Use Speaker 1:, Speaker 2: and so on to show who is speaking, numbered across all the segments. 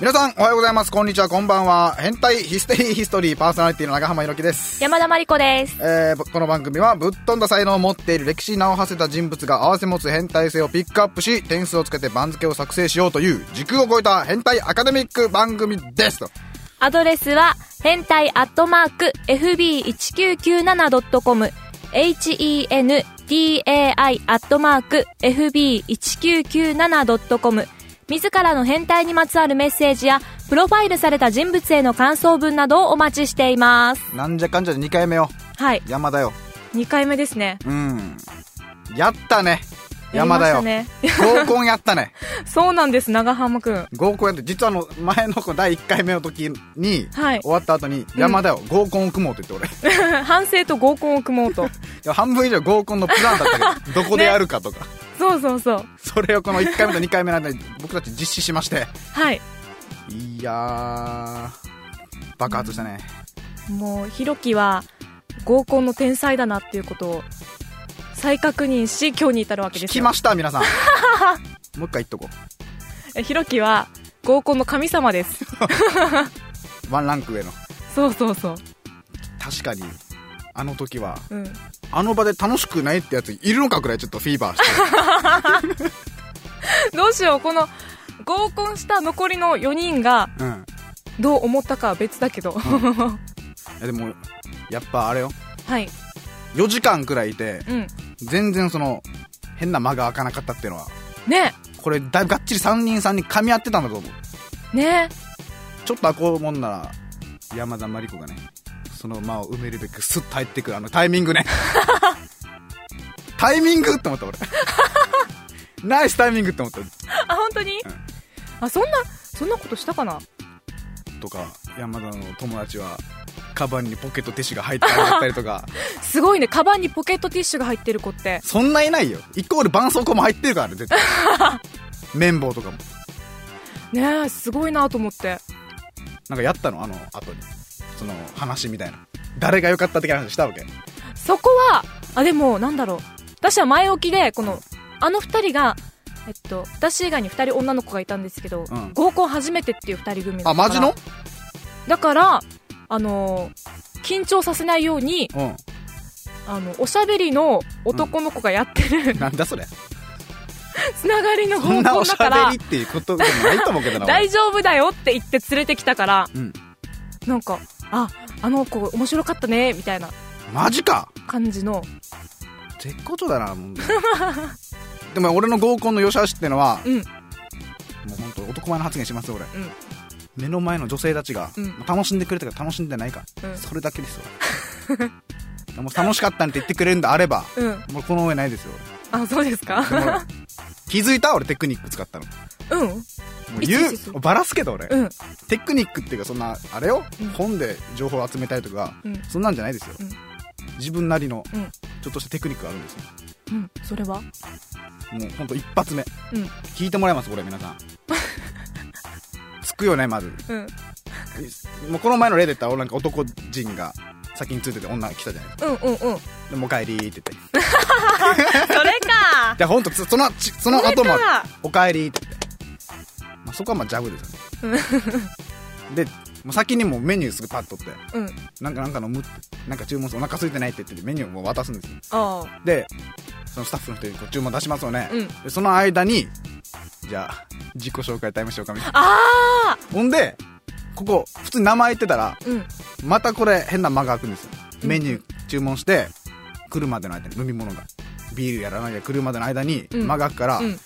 Speaker 1: 皆さん、おはようございます。こんにちは、こんばんは。変態ヒステリーヒストリーパーソナリティの長浜ろきです。
Speaker 2: 山田真理子です。
Speaker 1: えー、この番組はぶっ飛んだ才能を持っている歴史に名を馳せた人物が合わせ持つ変態性をピックアップし、点数をつけて番付を作成しようという時空を超えた変態アカデミック番組です。と
Speaker 2: アドレスは、変態アットマーク、fb1997.com、hentai アットマーク、fb1997.com、自らの変態にまつわるメッセージや、プロファイルされた人物への感想文などをお待ちしています。
Speaker 1: なんじゃかんじゃで2回目よ。
Speaker 2: はい、
Speaker 1: 山だよ。
Speaker 2: 2回目ですね。
Speaker 1: うん。やったね。山だよ。
Speaker 2: やりましたね
Speaker 1: 合コンやったね。
Speaker 2: そうなんです、長浜くん。
Speaker 1: 合コンやって、実はあの、前の子第1回目の時に、
Speaker 2: はい
Speaker 1: 終わった後に、山だよ、合コンを組もうって言って俺。
Speaker 2: 反省と合コンを組 もう
Speaker 1: い
Speaker 2: と。
Speaker 1: や半分以上合コンのプランだったけどどこでやるかとか、
Speaker 2: そうそうそう。
Speaker 1: それをこの1回目と2回目の間に僕たち実施しまして
Speaker 2: はい。
Speaker 1: いやー爆発したね
Speaker 2: もうひろきは合コンの天才だなっていうことを再確認し今日に至るわけ
Speaker 1: 聞
Speaker 2: です
Speaker 1: き
Speaker 2: よ
Speaker 1: ました皆さんもう一回言っとこ
Speaker 2: えひろきは合コンの神様です
Speaker 1: うワンランク上の
Speaker 2: そうそうそう、
Speaker 1: 確かにあの時は
Speaker 2: うん、
Speaker 1: あの場で楽しくないってやついるのかくらいちょっとフィーバーして
Speaker 2: どうしようこの合コンした残りの4人が
Speaker 1: うんい
Speaker 2: どう思ったかは別だけど、
Speaker 1: やでもやっぱあれよ
Speaker 2: はい
Speaker 1: 4時間くらいいて
Speaker 2: うん
Speaker 1: 全然その変な間が開かなかったっていうのは
Speaker 2: ね
Speaker 1: これだいぶがっちり3人さんに噛み合ってたんだと思う
Speaker 2: ね
Speaker 1: ちょっと開こうもんなら山田真理子がねその間を埋めるべくスッと入ってくるあのタイミン グねタイミングって思った俺ナイスタイミングって思った
Speaker 2: あ本当に、
Speaker 1: ん
Speaker 2: あそんなそんなことしたかな
Speaker 1: とか山田の友達はカバンにポケットティッシュが入ってなかったりと か
Speaker 2: すごいねカバンにポケットティッシュが入ってる子って
Speaker 1: そんないないよイコール絆創膏も入ってるからね絶対綿棒とかも
Speaker 2: ねすごいなと思って
Speaker 1: なんかやったのあの後にその話みたいな誰が良かった的な話したわけ
Speaker 2: そこは、あ、でも、なんだろう。私は前置きで、この、あの二人が、えっと、私以外に二人女の子がいたんですけど、
Speaker 1: うん
Speaker 2: 合コン初めてっていう二人組だ
Speaker 1: あ
Speaker 2: から
Speaker 1: マジの
Speaker 2: だから、あのー緊張させないように、
Speaker 1: う
Speaker 2: あの、おしゃべりの男の子がやってる、
Speaker 1: んなんだそれ
Speaker 2: つながりの合
Speaker 1: そんな
Speaker 2: コ
Speaker 1: お
Speaker 2: ン
Speaker 1: し
Speaker 2: だ
Speaker 1: ゃ
Speaker 2: から
Speaker 1: べり、っていうことでもないと思うけど な
Speaker 2: 大丈夫だよって言って連れてきたから、
Speaker 1: うん
Speaker 2: なんか、あ、あの子面白かったね、みたいな
Speaker 1: マジか
Speaker 2: 感じの、
Speaker 1: 絶好調だなもう でも俺の合コンの良し悪しってのは
Speaker 2: うん、うん、
Speaker 1: もう本当男前の発言しますよ俺目の前の女性たちが、
Speaker 2: うん
Speaker 1: 楽しんでくれたか楽しんでないか、
Speaker 2: うん
Speaker 1: それだけですよもう楽しかったなんて言ってくれるんであれば
Speaker 2: うん。
Speaker 1: もうこの上ないですよ
Speaker 2: あ、そうです
Speaker 1: 俺でも
Speaker 2: か
Speaker 1: 気づいた俺テクニック使ったのも
Speaker 2: うん、
Speaker 1: う言
Speaker 2: いついついう
Speaker 1: バラすけど俺、
Speaker 2: うん。
Speaker 1: テクニックっていうかそんなあれよ、
Speaker 2: うん
Speaker 1: 本で情報を集めたいとか、
Speaker 2: うん
Speaker 1: そんなんじゃないですよ、
Speaker 2: うん
Speaker 1: 自分なりの
Speaker 2: うん
Speaker 1: ちょっとしたテクニックがあるんですよ
Speaker 2: うん、それ
Speaker 1: も
Speaker 2: は
Speaker 1: うほんと一発目
Speaker 2: うん、
Speaker 1: 聞いてもらえますこれ皆さんつくよねまず
Speaker 2: うん、
Speaker 1: もうこの前の例で言ったら俺なんか男人が先についてて女来たじゃないです
Speaker 2: うん、うん、うん。
Speaker 1: かでもう帰りーって言って
Speaker 2: それか
Speaker 1: でほんとつそのちその後も
Speaker 2: それか
Speaker 1: お帰りーって言って、まあ、そこはまあジャブですよねでもう先にもうメニューすぐパッとって
Speaker 2: うん、
Speaker 1: なんかなんか飲むってなんか注文するお腹空いてないって言ってメニューをもう渡すんですよ
Speaker 2: ああ、
Speaker 1: でそのスタッフの人にこう注文出しますよね、
Speaker 2: うん
Speaker 1: でその間にじゃあ自己紹介タイムしようかみたいな
Speaker 2: ああ
Speaker 1: ほんで、ここ、普通に名前言ってたら、
Speaker 2: うん、
Speaker 1: またこれ変な間が開くんですよ。
Speaker 2: うん
Speaker 1: メニュー注文して、来るまでの間に飲み物が。ビールやらないで来るまでの間に
Speaker 2: うん
Speaker 1: 間が開くから、
Speaker 2: うん。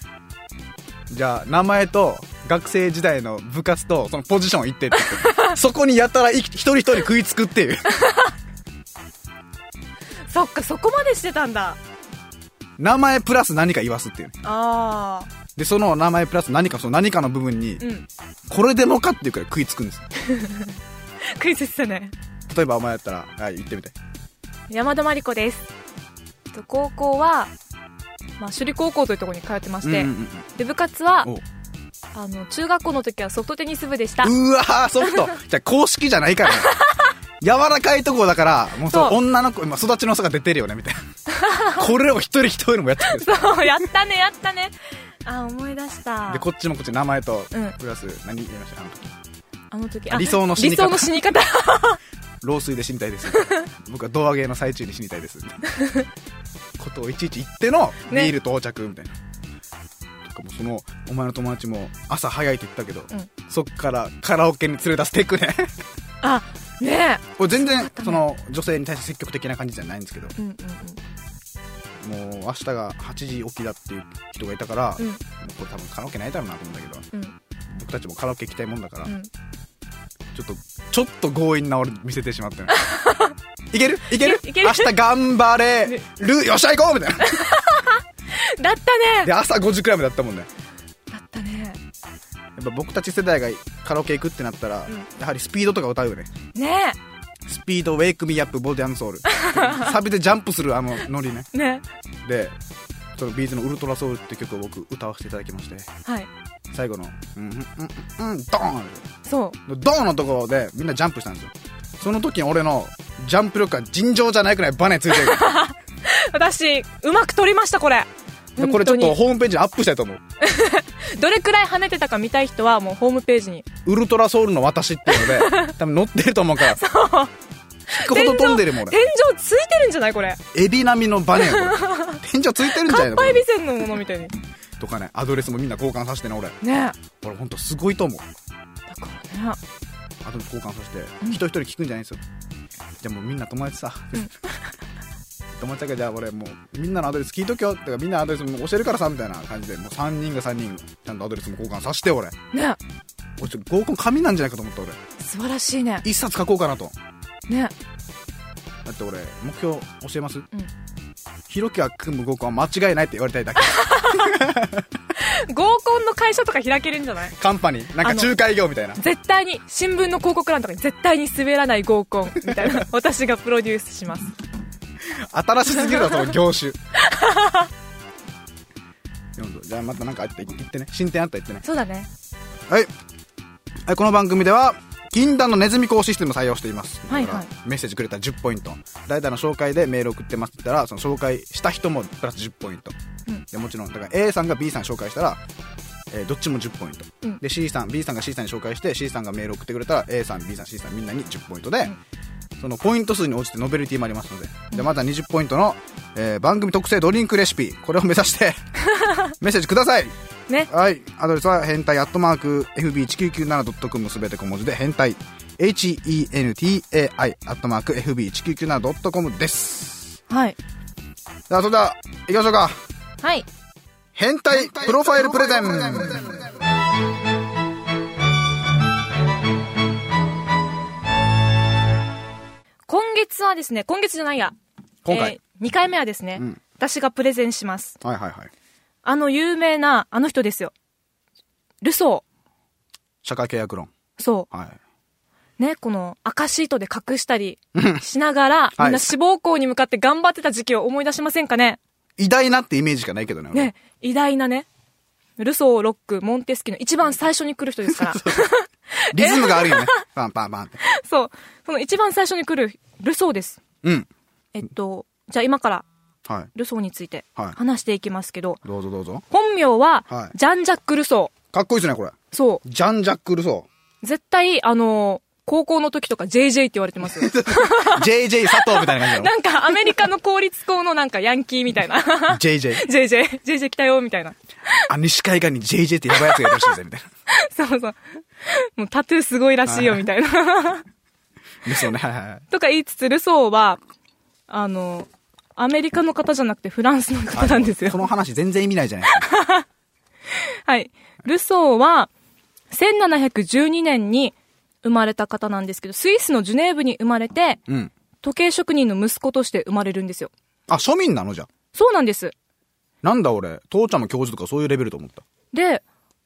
Speaker 1: じゃあ名前と学生時代の部活とそのポジション行ってって言 って。そこにやたら一一人一人食いつくっていう。
Speaker 2: そっか、そこまでしてたんだ。
Speaker 1: 名前プラス何か言わすっていう。
Speaker 2: ああ、
Speaker 1: で、その名前プラス何か、その何かの部分に
Speaker 2: う、ん。
Speaker 1: これでもかっていうくらい食いつくんですよ。
Speaker 2: クイズしたね。
Speaker 1: 例えばお前やったら、はい、言ってみて。
Speaker 2: 山田真理子です。えっと高校は、まあ、首里高校というところに通ってまして、
Speaker 1: うんうん
Speaker 2: で、部活は
Speaker 1: うん、おう
Speaker 2: あの、中学校の時はソフトテニス部でした。
Speaker 1: うわー、ソ フト。じゃあ公式じゃないから、ね。柔らかいとこだから、もうそう
Speaker 2: そう
Speaker 1: 女の子、今育ち の差が出てるよね、みたいな。これを一人一人もやってくる。
Speaker 2: そう、やったね、やったね。あ思い出した
Speaker 1: でこっちもこっち名前と
Speaker 2: うん
Speaker 1: プラス何言いましたあの時
Speaker 2: あの時あ
Speaker 1: 理想の死に方
Speaker 2: 理想の死に 方
Speaker 1: 老衰で死にたいです 僕は胴上げの最中に死にたいですことをいちいち言ってのビ
Speaker 2: ね
Speaker 1: ール到着みたいな、とかもうそのお前の友達も朝早いって言ったけど、
Speaker 2: ん
Speaker 1: そっからカラオケに連れ出していく ね
Speaker 2: あね
Speaker 1: これ全然
Speaker 2: たね
Speaker 1: その女性に対して積極的な感じじゃないんですけど
Speaker 2: えうんうん
Speaker 1: もう明日が8時起きだっていう人がいたから、
Speaker 2: うん
Speaker 1: もうこれ多分カラオケないだろうなと思うんだけど
Speaker 2: うん
Speaker 1: 僕たちもカラオケ行きたいもんだから、
Speaker 2: うんうん
Speaker 1: ちょっとちょっと強引な俺見せてし まったのいけるいける
Speaker 2: いける
Speaker 1: 明日頑張 れるよっしゃ行こうみたいな
Speaker 2: だったね
Speaker 1: で朝5時くらいまでだったもんね
Speaker 2: だった
Speaker 1: や
Speaker 2: ね
Speaker 1: っぱ僕たち世代がカラオケ行くってなったら、
Speaker 2: うん
Speaker 1: やはりスピードとか歌うよね
Speaker 2: ね
Speaker 1: スピードウェイクミーアップボディアン ソウルサビでジャンプするあのノリね
Speaker 2: えね
Speaker 1: でそのビーズの「ウルトラソウル」って曲を僕歌わせていただきまして
Speaker 2: えはい
Speaker 1: 最後の「うんうんうんうんドーン!」
Speaker 2: そう
Speaker 1: ドーンのところでみんなジャンプしたんですよその時に俺のジャンプ力が尋常じゃないくらいバネついて る
Speaker 2: 私うまく撮りましたこれ
Speaker 1: でこれちょっと
Speaker 2: 本当
Speaker 1: ホームページにアップしたいと思 う。
Speaker 2: にどれくらい跳ねてたか見たい人はもうホームページに
Speaker 1: ウルトラソウルの私っていうので、多分載ってると思う から。そう。聞くほど飛んでるもん
Speaker 2: 天
Speaker 1: 俺。
Speaker 2: 井ついてるんじゃないこれ
Speaker 1: エビ並みのバネよ。これ 天井ついてるんじゃない
Speaker 2: 乾
Speaker 1: の
Speaker 2: 杯備線のものみたいに
Speaker 1: とかね、アドレスもみんな交換させてね、俺。
Speaker 2: ね
Speaker 1: 俺ほんとすごいと思う。
Speaker 2: えだからね
Speaker 1: アドレス交換させて、
Speaker 2: うん
Speaker 1: 一人一人聞くんじゃないんですよ。じゃあもうみんな友達さ。
Speaker 2: ん
Speaker 1: 友達だけどじゃあ俺もうみんなのアドレス聞いとけよってかみんなのアドレスも教えるからさみたいな感じでもう3人が3人ちゃんとアドレスも交換させて俺
Speaker 2: ね
Speaker 1: 俺ちょっと合コン紙なんじゃないかと思った俺
Speaker 2: え素晴らしいね
Speaker 1: 一冊書こうかなと
Speaker 2: ね
Speaker 1: だって俺目標教えます、
Speaker 2: ん
Speaker 1: ひろきは組む合コンは間違いないって言われた いだけ
Speaker 2: え合コンの会社とか開けるんじゃない
Speaker 1: カンパニーなんか
Speaker 2: あの
Speaker 1: 仲介業みたいな
Speaker 2: 絶対に新聞の広告欄とかに絶対に滑らない合コンみたい な私がプロデュースします
Speaker 1: 新しすぎるだろその業 種よんどじゃあまたなんかあって言ってね進展あったら言ってね
Speaker 2: そうだね
Speaker 1: はい、はい、この番組では禁断のネズミ講システムを採用しています、
Speaker 2: はいはい
Speaker 1: だからメッセージくれたら10ポイント誰々の紹介でメール送ってますって言ったらその紹介した人もプラス10ポイント、
Speaker 2: うん
Speaker 1: でもちろんだから A さんが B さん紹介したら、えーどっちも10ポイント、
Speaker 2: うん
Speaker 1: で C さん B さんが C さんに紹介して C さんがメール送ってくれたら A さん B さん C さんみんなに10ポイントで、そのポイント数に応じてノベルティもありますのででまた20ポイントの、えー番組特製ドリンクレシピこれを目指して メッセージください
Speaker 2: ね
Speaker 1: はい、アドレスは変態アットマーク FB1997.com すべて小文字で変態 HENTAI アットマーク FB1997.com です
Speaker 2: はい
Speaker 1: さあそれでは行きましょうか
Speaker 2: はい
Speaker 1: 変態プロファイルプレゼン
Speaker 2: 今月はですね今月じゃないや
Speaker 1: 今回、
Speaker 2: 2回目はですね、
Speaker 1: うん
Speaker 2: 私がプレゼンします
Speaker 1: はいはいはい
Speaker 2: あの有名なあの人ですよルソ
Speaker 1: 社会契約論
Speaker 2: ーそ
Speaker 1: はいう
Speaker 2: ねこの赤シートで隠したりしながら、みん
Speaker 1: は
Speaker 2: ない志望校に向かって頑張ってた時期を思い出しませんかね
Speaker 1: 偉大なってイメージしかないけどね俺
Speaker 2: ね、偉大なね、ルソー、ロック、モンテスキの一番最初に来る人です から。
Speaker 1: リズムがあるよねパンパンパンって
Speaker 2: そう。その一番最初に来るルソーです。
Speaker 1: うん
Speaker 2: えっと、じゃあ今から
Speaker 1: は
Speaker 2: ルソーについて
Speaker 1: はい
Speaker 2: 話していきますけど、
Speaker 1: いどうぞどうぞ
Speaker 2: 本名は
Speaker 1: は、い
Speaker 2: ジャン・ジャック・ルソ
Speaker 1: かっこいいですねこれ
Speaker 2: ー。そ
Speaker 1: ジャン・ジャック・ルソ
Speaker 2: う。絶対、あのー高校の時とか JJ って言われてますよ。
Speaker 1: ー JJ 佐藤みたいな感じだ
Speaker 2: なんかアメリカの公立校のなんかヤンキーみたいな。
Speaker 1: ろ JJ
Speaker 2: JJ、JJ 来たよみたいな。
Speaker 1: あ西海岸に JJ ってやばいやつがいるらしいぜみたいな
Speaker 2: そうそう。もうタトゥーすごいらしいよみたいな。
Speaker 1: ですよねはいはいはい
Speaker 2: とか言いつつ、ルソーは、あの、アメリカの方じゃなくてフランスの方なんですよ
Speaker 1: こ。の話全然意味ないじゃないですか。
Speaker 2: はい。ルソーは、1712年に生まれた方なんですけど、スイスのジュネーブに生まれて、
Speaker 1: うん。
Speaker 2: 時計職人の息子として生まれるんですよ。
Speaker 1: あ、庶民なのじゃ。
Speaker 2: そうなんです。
Speaker 1: なんだ俺、父ちゃんも教授とかそういうレベルと思った。
Speaker 2: で、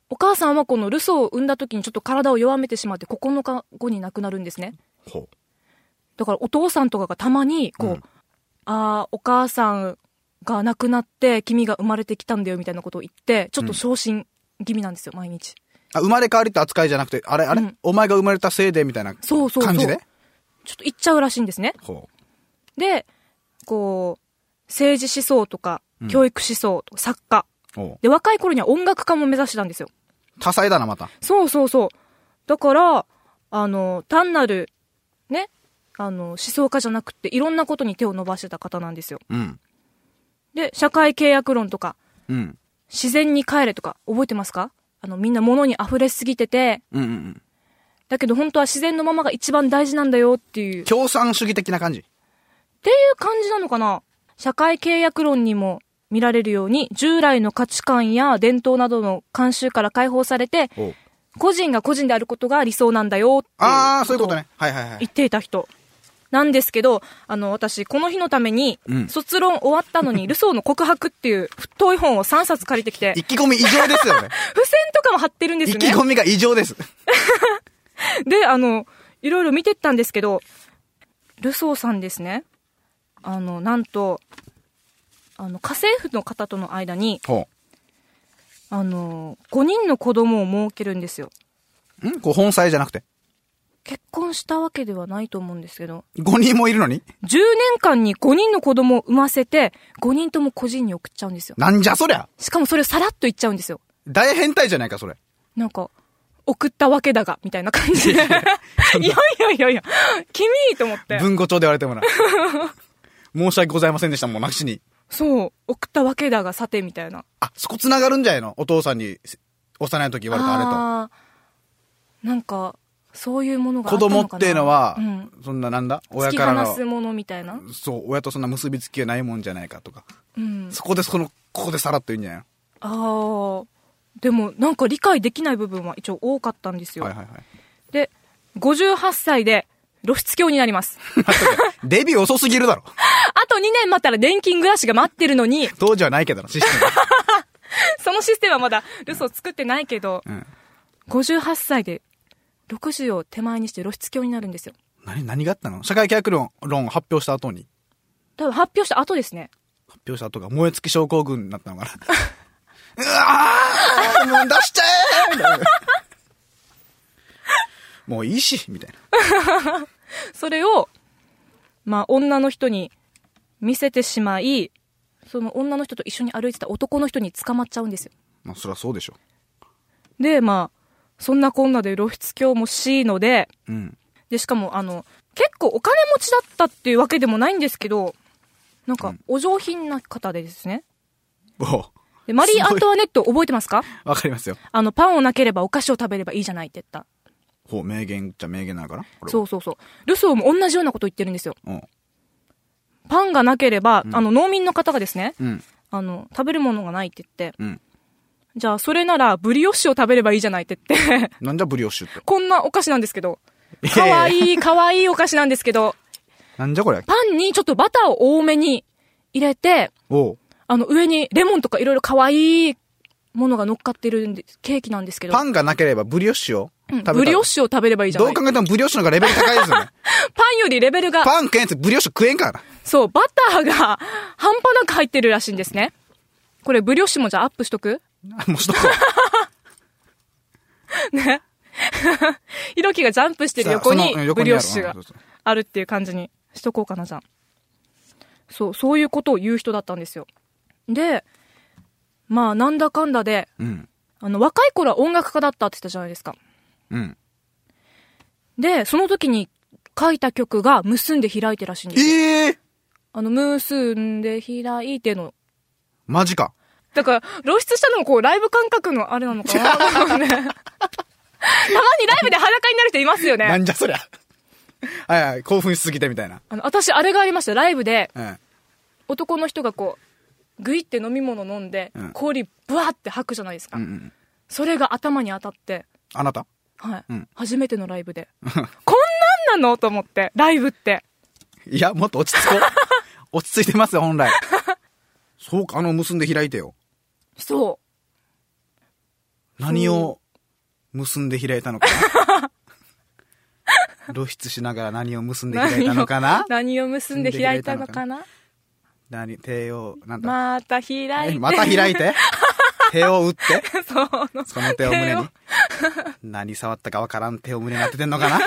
Speaker 2: お母さんはこのルソーを産んだ時にちょっと体を弱めてしまって9日後に亡くなるんですね。
Speaker 1: ほ
Speaker 2: だからお父さんとかがたまに、こう、
Speaker 1: うん
Speaker 2: ああ、お母さんが亡くなって君が生まれてきたんだよみたいなことを言って、ちょっと昇進気味なんですよ、毎日。
Speaker 1: あ、生まれ変わりって扱いじゃなくて、あれ、あれ、
Speaker 2: うん
Speaker 1: お前が生まれたせいでみたいな感じで
Speaker 2: そうそうそう。ちょっと行っちゃうらしいんですね。
Speaker 1: ほ
Speaker 2: で、こう、政治思想とか
Speaker 1: うん、
Speaker 2: 教育思想とか、作家、
Speaker 1: うおう
Speaker 2: で、若い頃には音楽家も目指してたんですよ。
Speaker 1: 多彩だな、また。
Speaker 2: そうそうそう。だから、あの、単なる、ね、あの、思想家じゃなくて、いろんなことに手を伸ばしてた方なんですよ。
Speaker 1: うん。
Speaker 2: で、社会契約論とか、
Speaker 1: うん。
Speaker 2: 自然に帰れとか、覚えてますかあの、みんな物に溢れすぎてて、
Speaker 1: うんうんうん。
Speaker 2: だけど本当は自然のままが一番大事なんだよっていう、っていう
Speaker 1: 共産主義的な感じ。
Speaker 2: 感じなのかな社会契約論にも見られるように、従来の価値観や伝統などの慣習から解放されて、
Speaker 1: おう
Speaker 2: 個人が個人であることが理想なんだよっていう。
Speaker 1: ああ、そういうことね。はいはいはい
Speaker 2: 言。っていた人なんですけど、あの、私、この日のために
Speaker 1: う、ん
Speaker 2: 卒論終わっ たのに、ルソーの告白っていう太い本を3冊借りてきて、
Speaker 1: 意気込み異常ですよね。
Speaker 2: 付箋とかも貼って るんで
Speaker 1: 意
Speaker 2: す
Speaker 1: 気
Speaker 2: ね。
Speaker 1: 込みが異常です。
Speaker 2: で、あの、いろいろ見てったんですけど、ルソーさんですね、あの、なんと、あの、家政婦の方との間に、
Speaker 1: ほ
Speaker 2: あの、5人の子供を設けるんですよ。
Speaker 1: う。んこう本妻じゃなくて。
Speaker 2: 結婚したわけではないと思うんですけど、
Speaker 1: 5人もいるのに
Speaker 2: 10年間に5人の子供を産ませて、5人とも個人に送っちゃうんですよ。
Speaker 1: なんじゃそりゃ
Speaker 2: しかもそれをさらっと言っちゃうんですよ。
Speaker 1: 大変態じゃないか、それ。
Speaker 2: なんか、送ったわけだが、みたいな感じで。いやいやいやいや、君と思って。
Speaker 1: 文語帳で言われてもな。 申し訳ございませんでした、もうなしに。
Speaker 2: そう、送ったわけだが、さて、みたいな。
Speaker 1: あ、そこ繋がるんじゃないのお父さんにせ幼い時言われたあ
Speaker 2: あーなんか、そういうもの
Speaker 1: れ
Speaker 2: があ
Speaker 1: と。子
Speaker 2: ったのか
Speaker 1: 供
Speaker 2: な
Speaker 1: っていうのは
Speaker 2: うん、
Speaker 1: そんななんだ親
Speaker 2: 突き
Speaker 1: から
Speaker 2: 放
Speaker 1: の
Speaker 2: す。ものみたいな。
Speaker 1: そう、親とそんな結びつきがないもんじゃないかとか。
Speaker 2: うん。
Speaker 1: そこで、その、ここでさらっと言うんじゃない
Speaker 2: ああ。でも、なんか理解できない部分は一応多かったんです
Speaker 1: の
Speaker 2: よ。
Speaker 1: はいはいはい。
Speaker 2: で、58歳で露出狂になります。
Speaker 1: デビュー遅すぎるだろ。
Speaker 2: あと2年待ったら年金暮らしが待ってるのに、
Speaker 1: 当時はないけどな、システ
Speaker 2: そのシステムはまだルソー作ってないけど、
Speaker 1: ム。うん。
Speaker 2: 58歳で60を手前にして露出狂になるんですよ。
Speaker 1: 何、何があったの社会契約論、論を発表した後に。
Speaker 2: 多分発表した後ですね。
Speaker 1: 発表した後が燃え尽き症候群になったのか な。うわーもう出しちゃえみたいなもういいしみたいな。
Speaker 2: それを、まあ女の人に見せてしまい、その女の人と一緒に歩いてた男の人に捕まっちゃうんですよ。
Speaker 1: まあ、そりゃそうでしょ。
Speaker 2: で、まあ、そんなこんなで露出狂もしいので、
Speaker 1: うん。
Speaker 2: で、しかもあの、結構お金持ちだったっていうわけでもないんですけど、なんかお上品な方でですね。
Speaker 1: おう
Speaker 2: で、マリー・アントワネット覚えてますか
Speaker 1: わかりますよ。
Speaker 2: あの、パンをなければお菓子を食べればいいじゃないって言った。
Speaker 1: ほう、名言じゃ名言なのかなこれは
Speaker 2: そうそうそう。ルソーも同じようなこと言ってるんですよ。
Speaker 1: うん。
Speaker 2: パンがなければ、あの、農民の方がですね、
Speaker 1: うん。
Speaker 2: あの、食べるものがないって言って、
Speaker 1: うん。
Speaker 2: じゃあ、それなら、ブリオッシュを食べればいいじゃないって言って、
Speaker 1: なんじゃブリオッシュって。
Speaker 2: こんなお菓子なんですけど、
Speaker 1: いやい
Speaker 2: か
Speaker 1: や
Speaker 2: わいい、かわいいお菓子なんですけど、
Speaker 1: なんじゃこれ
Speaker 2: パンにちょっとバターを多めに入れて、
Speaker 1: おう
Speaker 2: あの、上にレモンとかいろいろかわいいものが乗っかってるんで、ケーキなんですけど、
Speaker 1: パンがなければブリオッシュを
Speaker 2: うん
Speaker 1: 食べた
Speaker 2: ブリオッシュを食べればいいじゃ
Speaker 1: ど
Speaker 2: な
Speaker 1: う
Speaker 2: い
Speaker 1: 考えてもブリオッシュの方がレベル高いですよね。
Speaker 2: パンよりレベルが、
Speaker 1: パン食えんやつブリオッシュ食えんからな。
Speaker 2: そう、バターが半端なく入ってるらしいんですね。これ、ブリオッシュもじゃあアップしとく
Speaker 1: もうしと こう。
Speaker 2: ね。ひろきがジャンプしてる横に
Speaker 1: さあそのうん横
Speaker 2: ブ
Speaker 1: に
Speaker 2: リ
Speaker 1: あ
Speaker 2: オ
Speaker 1: る
Speaker 2: ッシュが
Speaker 1: うんそうそう
Speaker 2: あるっていう感じにしとこうかな、じゃん。そう、そういうことを言う人だったんですよ。で、まあ、なんだかんだで、
Speaker 1: うん。
Speaker 2: あの、若い頃は音楽家だったって言ったじゃないですか。
Speaker 1: うん。
Speaker 2: で、その時に書いた曲が結んで開いてらしいんですよ。
Speaker 1: ええー、
Speaker 2: あの、結んで開いての。
Speaker 1: マジか。
Speaker 2: だから、露出したのもこう、ライブ感覚のあれなのか なたまにライブで裸になる人いますよね。
Speaker 1: なんじゃそりゃ。 はいはい、興奮しすぎてみたいな。
Speaker 2: あの、私、あれがありました。ライブで、
Speaker 1: うん。
Speaker 2: 男の人がこう、ぐいって飲み物飲んで、
Speaker 1: うん
Speaker 2: 氷ブワーって吐くじゃないですか。
Speaker 1: うんうん。
Speaker 2: それが頭に当たって、
Speaker 1: あなた
Speaker 2: はい。
Speaker 1: うん
Speaker 2: 初めてのライブ で。こんなんなのと思って、ライブって。
Speaker 1: いや、もっと落ち 着こう。落ち着いてますよ、本来。そうか、あの、結んで開いてよ。
Speaker 2: そ
Speaker 1: 何を結んで開いたのか な露出しながら何を結ん
Speaker 2: う。
Speaker 1: で開いたのかな
Speaker 2: 何を何を結んで開いたのかな
Speaker 1: 何手を、なんだ、
Speaker 2: また開い
Speaker 1: え
Speaker 2: て。
Speaker 1: また開い て手を打って
Speaker 2: そう。
Speaker 1: その手を胸に
Speaker 2: 手を。
Speaker 1: 何触ったかわからん手を胸に当ててんのかな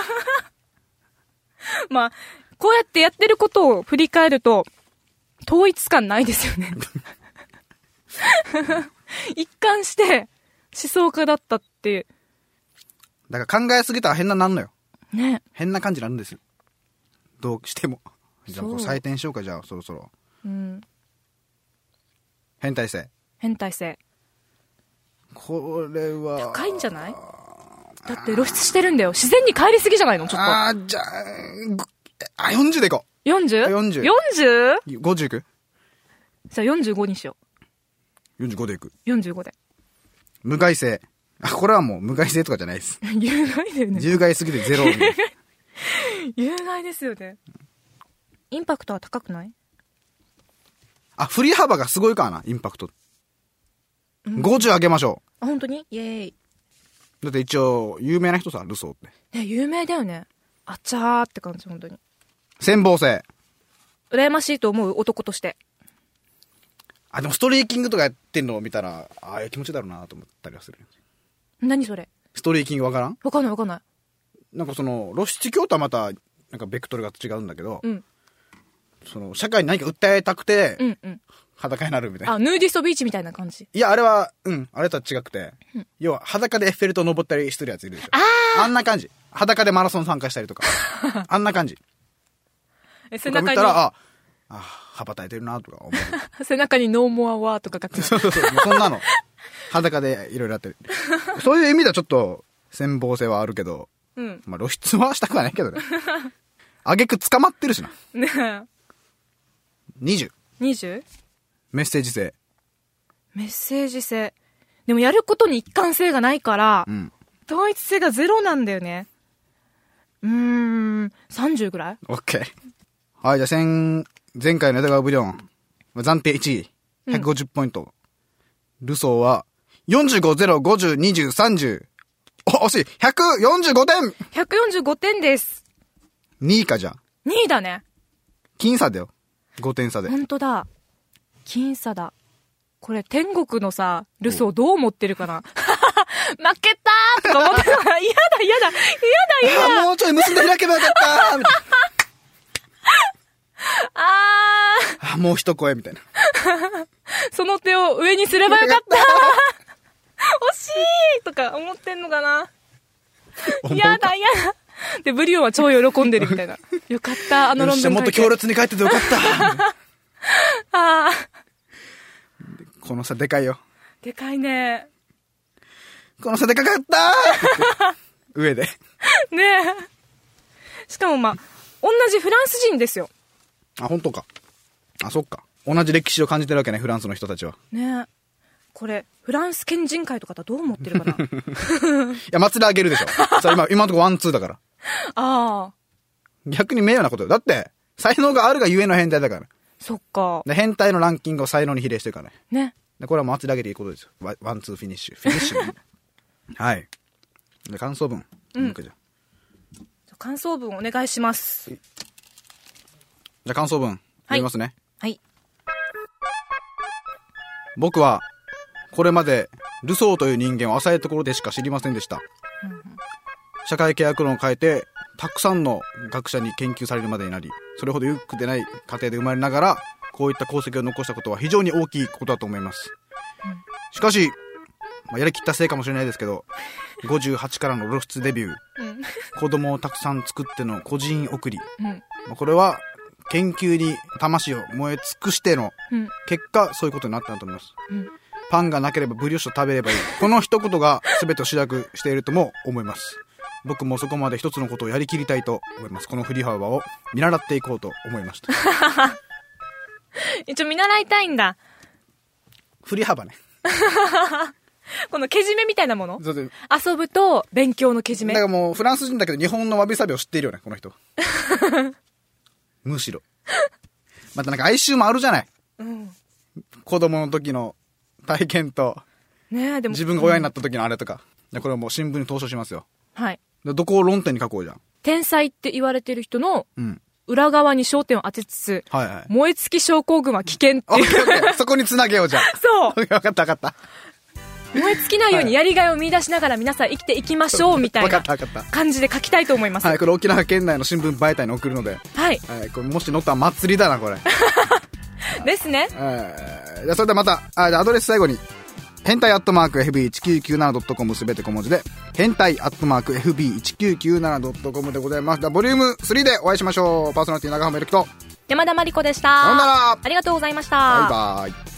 Speaker 2: まあ、こうやってやってることを振り返ると、統一感ないですよね。 一貫して思想家だったっていう。
Speaker 1: だから考えすぎたら変ななんのよ。
Speaker 2: ね。
Speaker 1: 変な感じになるんですよ。どうしても。じゃあ、
Speaker 2: そう
Speaker 1: これ採点しようか、じゃあ、そろそろ。
Speaker 2: うん。
Speaker 1: 変態性。
Speaker 2: 変態性。
Speaker 1: これは。
Speaker 2: 高いんじゃないだって露出してるんだよ。自然に帰りすぎじゃないのちょっと。
Speaker 1: あー、じゃあ、ぐあ、40でいこ
Speaker 2: 40?40?
Speaker 1: 40
Speaker 2: 40?
Speaker 1: う。50いく
Speaker 2: じゃあ45にしよ
Speaker 1: ?45 でいく。
Speaker 2: う。45で。
Speaker 1: 無害性。あ、これはもう無害性とかじゃないです。
Speaker 2: 有害だよね。
Speaker 1: 有害すぎてゼ ロ。
Speaker 2: 有害ですよね。インパクトは高くない
Speaker 1: あ、振り幅がすごいからな、インパクト。50上げましょ
Speaker 2: あ、本当にイエーイ。
Speaker 1: う。だって一応、有名な人さ、ルソーって。
Speaker 2: ね、有名だよね。あちゃーって感じ、本当に。
Speaker 1: 戦法性。
Speaker 2: 羨ましいと思う男として。
Speaker 1: あ、でもストリーキングとかやってんのを見たら、ああいう気持ちだろうなと思ったりはする。
Speaker 2: 何それ
Speaker 1: ストリーキングわからん
Speaker 2: わかんないわかんない。
Speaker 1: なんかその、露出狂とはまた、なんかベクトルが違うんだけど、
Speaker 2: うん。
Speaker 1: その、社会に何か訴えたくて
Speaker 2: う、んうん。
Speaker 1: 裸になるみたいな。
Speaker 2: あ、ヌーディストビーチみたいな感じ。
Speaker 1: いや、あれは、うん、あれとは違くて、要は裸でエッフェル塔登ったりしてるやついるでしょ。あんな感じ。裸でマラソン参加したり とか。あんな感じ。
Speaker 2: え背
Speaker 1: とか見
Speaker 2: 中に
Speaker 1: た、ら、あ、あ、羽ばたいてるなとか思う。
Speaker 2: 背中にノーモアワーとか書く の。
Speaker 1: そうそうそう。もうそんなの。裸でいろいろやってる。そういう意味ではちょっと、戦法性はあるけど、
Speaker 2: うん。
Speaker 1: まあ露出はしたくはないけどね。 あげく捕まってるしな。
Speaker 2: ね え。
Speaker 1: 20。
Speaker 2: 20?
Speaker 1: メッセージ性。
Speaker 2: メッセージ性。でもやることに一貫性がないから、
Speaker 1: うん。
Speaker 2: 統一性がゼロなんだよね。うーん、30ぐらい
Speaker 1: オッケー。はい、じゃあ先、前回の江戸川ブリョン、まあ暫定1位、150ポイント。ルソーは、45、0、50、20、30。お、惜しい !145 点
Speaker 2: ?145 点です。
Speaker 1: !2 位かじゃあ。
Speaker 2: 2位だね。
Speaker 1: 僅差だよ。5点差で。
Speaker 2: 本当だ。僅差だ。これ天国のさ、ルソーどう思ってるかな 負けたーとか思ってたら、嫌だ嫌だ嫌だ嫌だ
Speaker 1: あーもうちょい結んで開けばよかったみたいな
Speaker 2: あ
Speaker 1: あーもう一声 みたいな。
Speaker 2: ーその手を上にすればよ かった惜しいとか思ってんのかな
Speaker 1: 思う
Speaker 2: 嫌だ嫌だで、ブリオンは超喜んでるみた いな。よかった、あの
Speaker 1: よっ
Speaker 2: 論
Speaker 1: しゃも
Speaker 2: 文
Speaker 1: っ
Speaker 2: 書
Speaker 1: と
Speaker 2: いて。
Speaker 1: 強烈に帰っててよかった。
Speaker 2: あ
Speaker 1: この差でかいよ。
Speaker 2: ーでかいね。
Speaker 1: この差でかかった ーって言って上で。
Speaker 2: ねえ。しかもまあ、同じフランス人ですよ。
Speaker 1: あ、本当か。あ、そっか。同じ歴史を感じてるわけね、フランスの人たちは。
Speaker 2: ねえ。これ、フランス県人会とかだとどう思ってるかな
Speaker 1: いや、祭りあげる でしょ。さあ今、今のところワンツーだから。
Speaker 2: ああ、
Speaker 1: 逆に名誉なことよ。だって、才能があるがゆえの変態だから。
Speaker 2: そっか。
Speaker 1: で、変態のランキングを才能に比例してるからね。
Speaker 2: ね。
Speaker 1: で、これは祭り上げていいことですよ。ワワンツーフィニッシュ。フィニッシ ュね、はい。で、感想文。うん。じゃあ
Speaker 2: 感想文お願いします。
Speaker 1: じゃあ感想文。読みますね。
Speaker 2: はい。
Speaker 1: 僕は、これまで、ルソーという人間を浅いところでしか知りませんでした。社会契約論を変えて、たくさんの学者に研究されるまでになり、それほど裕福でない家庭で生まれながら、こういった功績を残したことは非常に大きいことだと思います。しかし、まあ、やりきったせいかもしれないですけど、58からの露出デビュー、
Speaker 2: うん。
Speaker 1: 子供をたくさん作っての個人送り、
Speaker 2: うん。
Speaker 1: まあこれは研究に魂を燃え尽くしての
Speaker 2: うん。
Speaker 1: 結果、そういうことになったんだと思います。
Speaker 2: うん。
Speaker 1: パンがなければブリオッシュを食べればいい。この一言が全てを主役しているとも思います。僕もそこまで一つのことをやりきりたいと思います。この振り幅を見習っていこうと思いました。
Speaker 2: 一応見習いたいんだ。
Speaker 1: 振り幅ね。
Speaker 2: このけじめみたいなもの
Speaker 1: だって
Speaker 2: 遊ぶと勉強のけじ
Speaker 1: だ
Speaker 2: め
Speaker 1: からもうフランス人だけど日本のわびさびを知っているよね、この人。むしろ。またなんか哀愁もあるじゃない。
Speaker 2: うん
Speaker 1: 子供の時の体験と
Speaker 2: ねえでも
Speaker 1: 自分が親になった時のあれとか。でこれはもう新聞に投書しますよ。
Speaker 2: はい
Speaker 1: でどこを論点に書こうじゃん。
Speaker 2: 天才って言われてる人の
Speaker 1: うん。
Speaker 2: 裏側に焦点を当てつつ
Speaker 1: はいはい。
Speaker 2: 燃え尽き症候群は危険 っ
Speaker 1: オ
Speaker 2: て
Speaker 1: ッ
Speaker 2: い
Speaker 1: ケ
Speaker 2: う
Speaker 1: ーオッケー。そこにつなげようじゃん。
Speaker 2: そう
Speaker 1: 分かった分かった。
Speaker 2: 燃え尽きないようにやりがいを見出しながら皆さん生きていきましょうみたい
Speaker 1: 分か
Speaker 2: な
Speaker 1: った分かっ
Speaker 2: 感じで書きたいと思います
Speaker 1: た。
Speaker 2: は、
Speaker 1: はいい、これ沖縄県内の新聞媒体に送るので、はい、これもし載ったら祭りだな、これ。
Speaker 2: ですね
Speaker 1: えーじゃあそれではまた、あじゃあアドレス最後に、変態アットマーク FB1997.com すべて小文字で、変態アットマーク FB1997.com でございます。ボリューム3でお会いしましょう。パーソナリティ長浜ゆるきと、
Speaker 2: 山田真理子でした。
Speaker 1: さようなら
Speaker 2: ありがとうございました。
Speaker 1: バイバイ。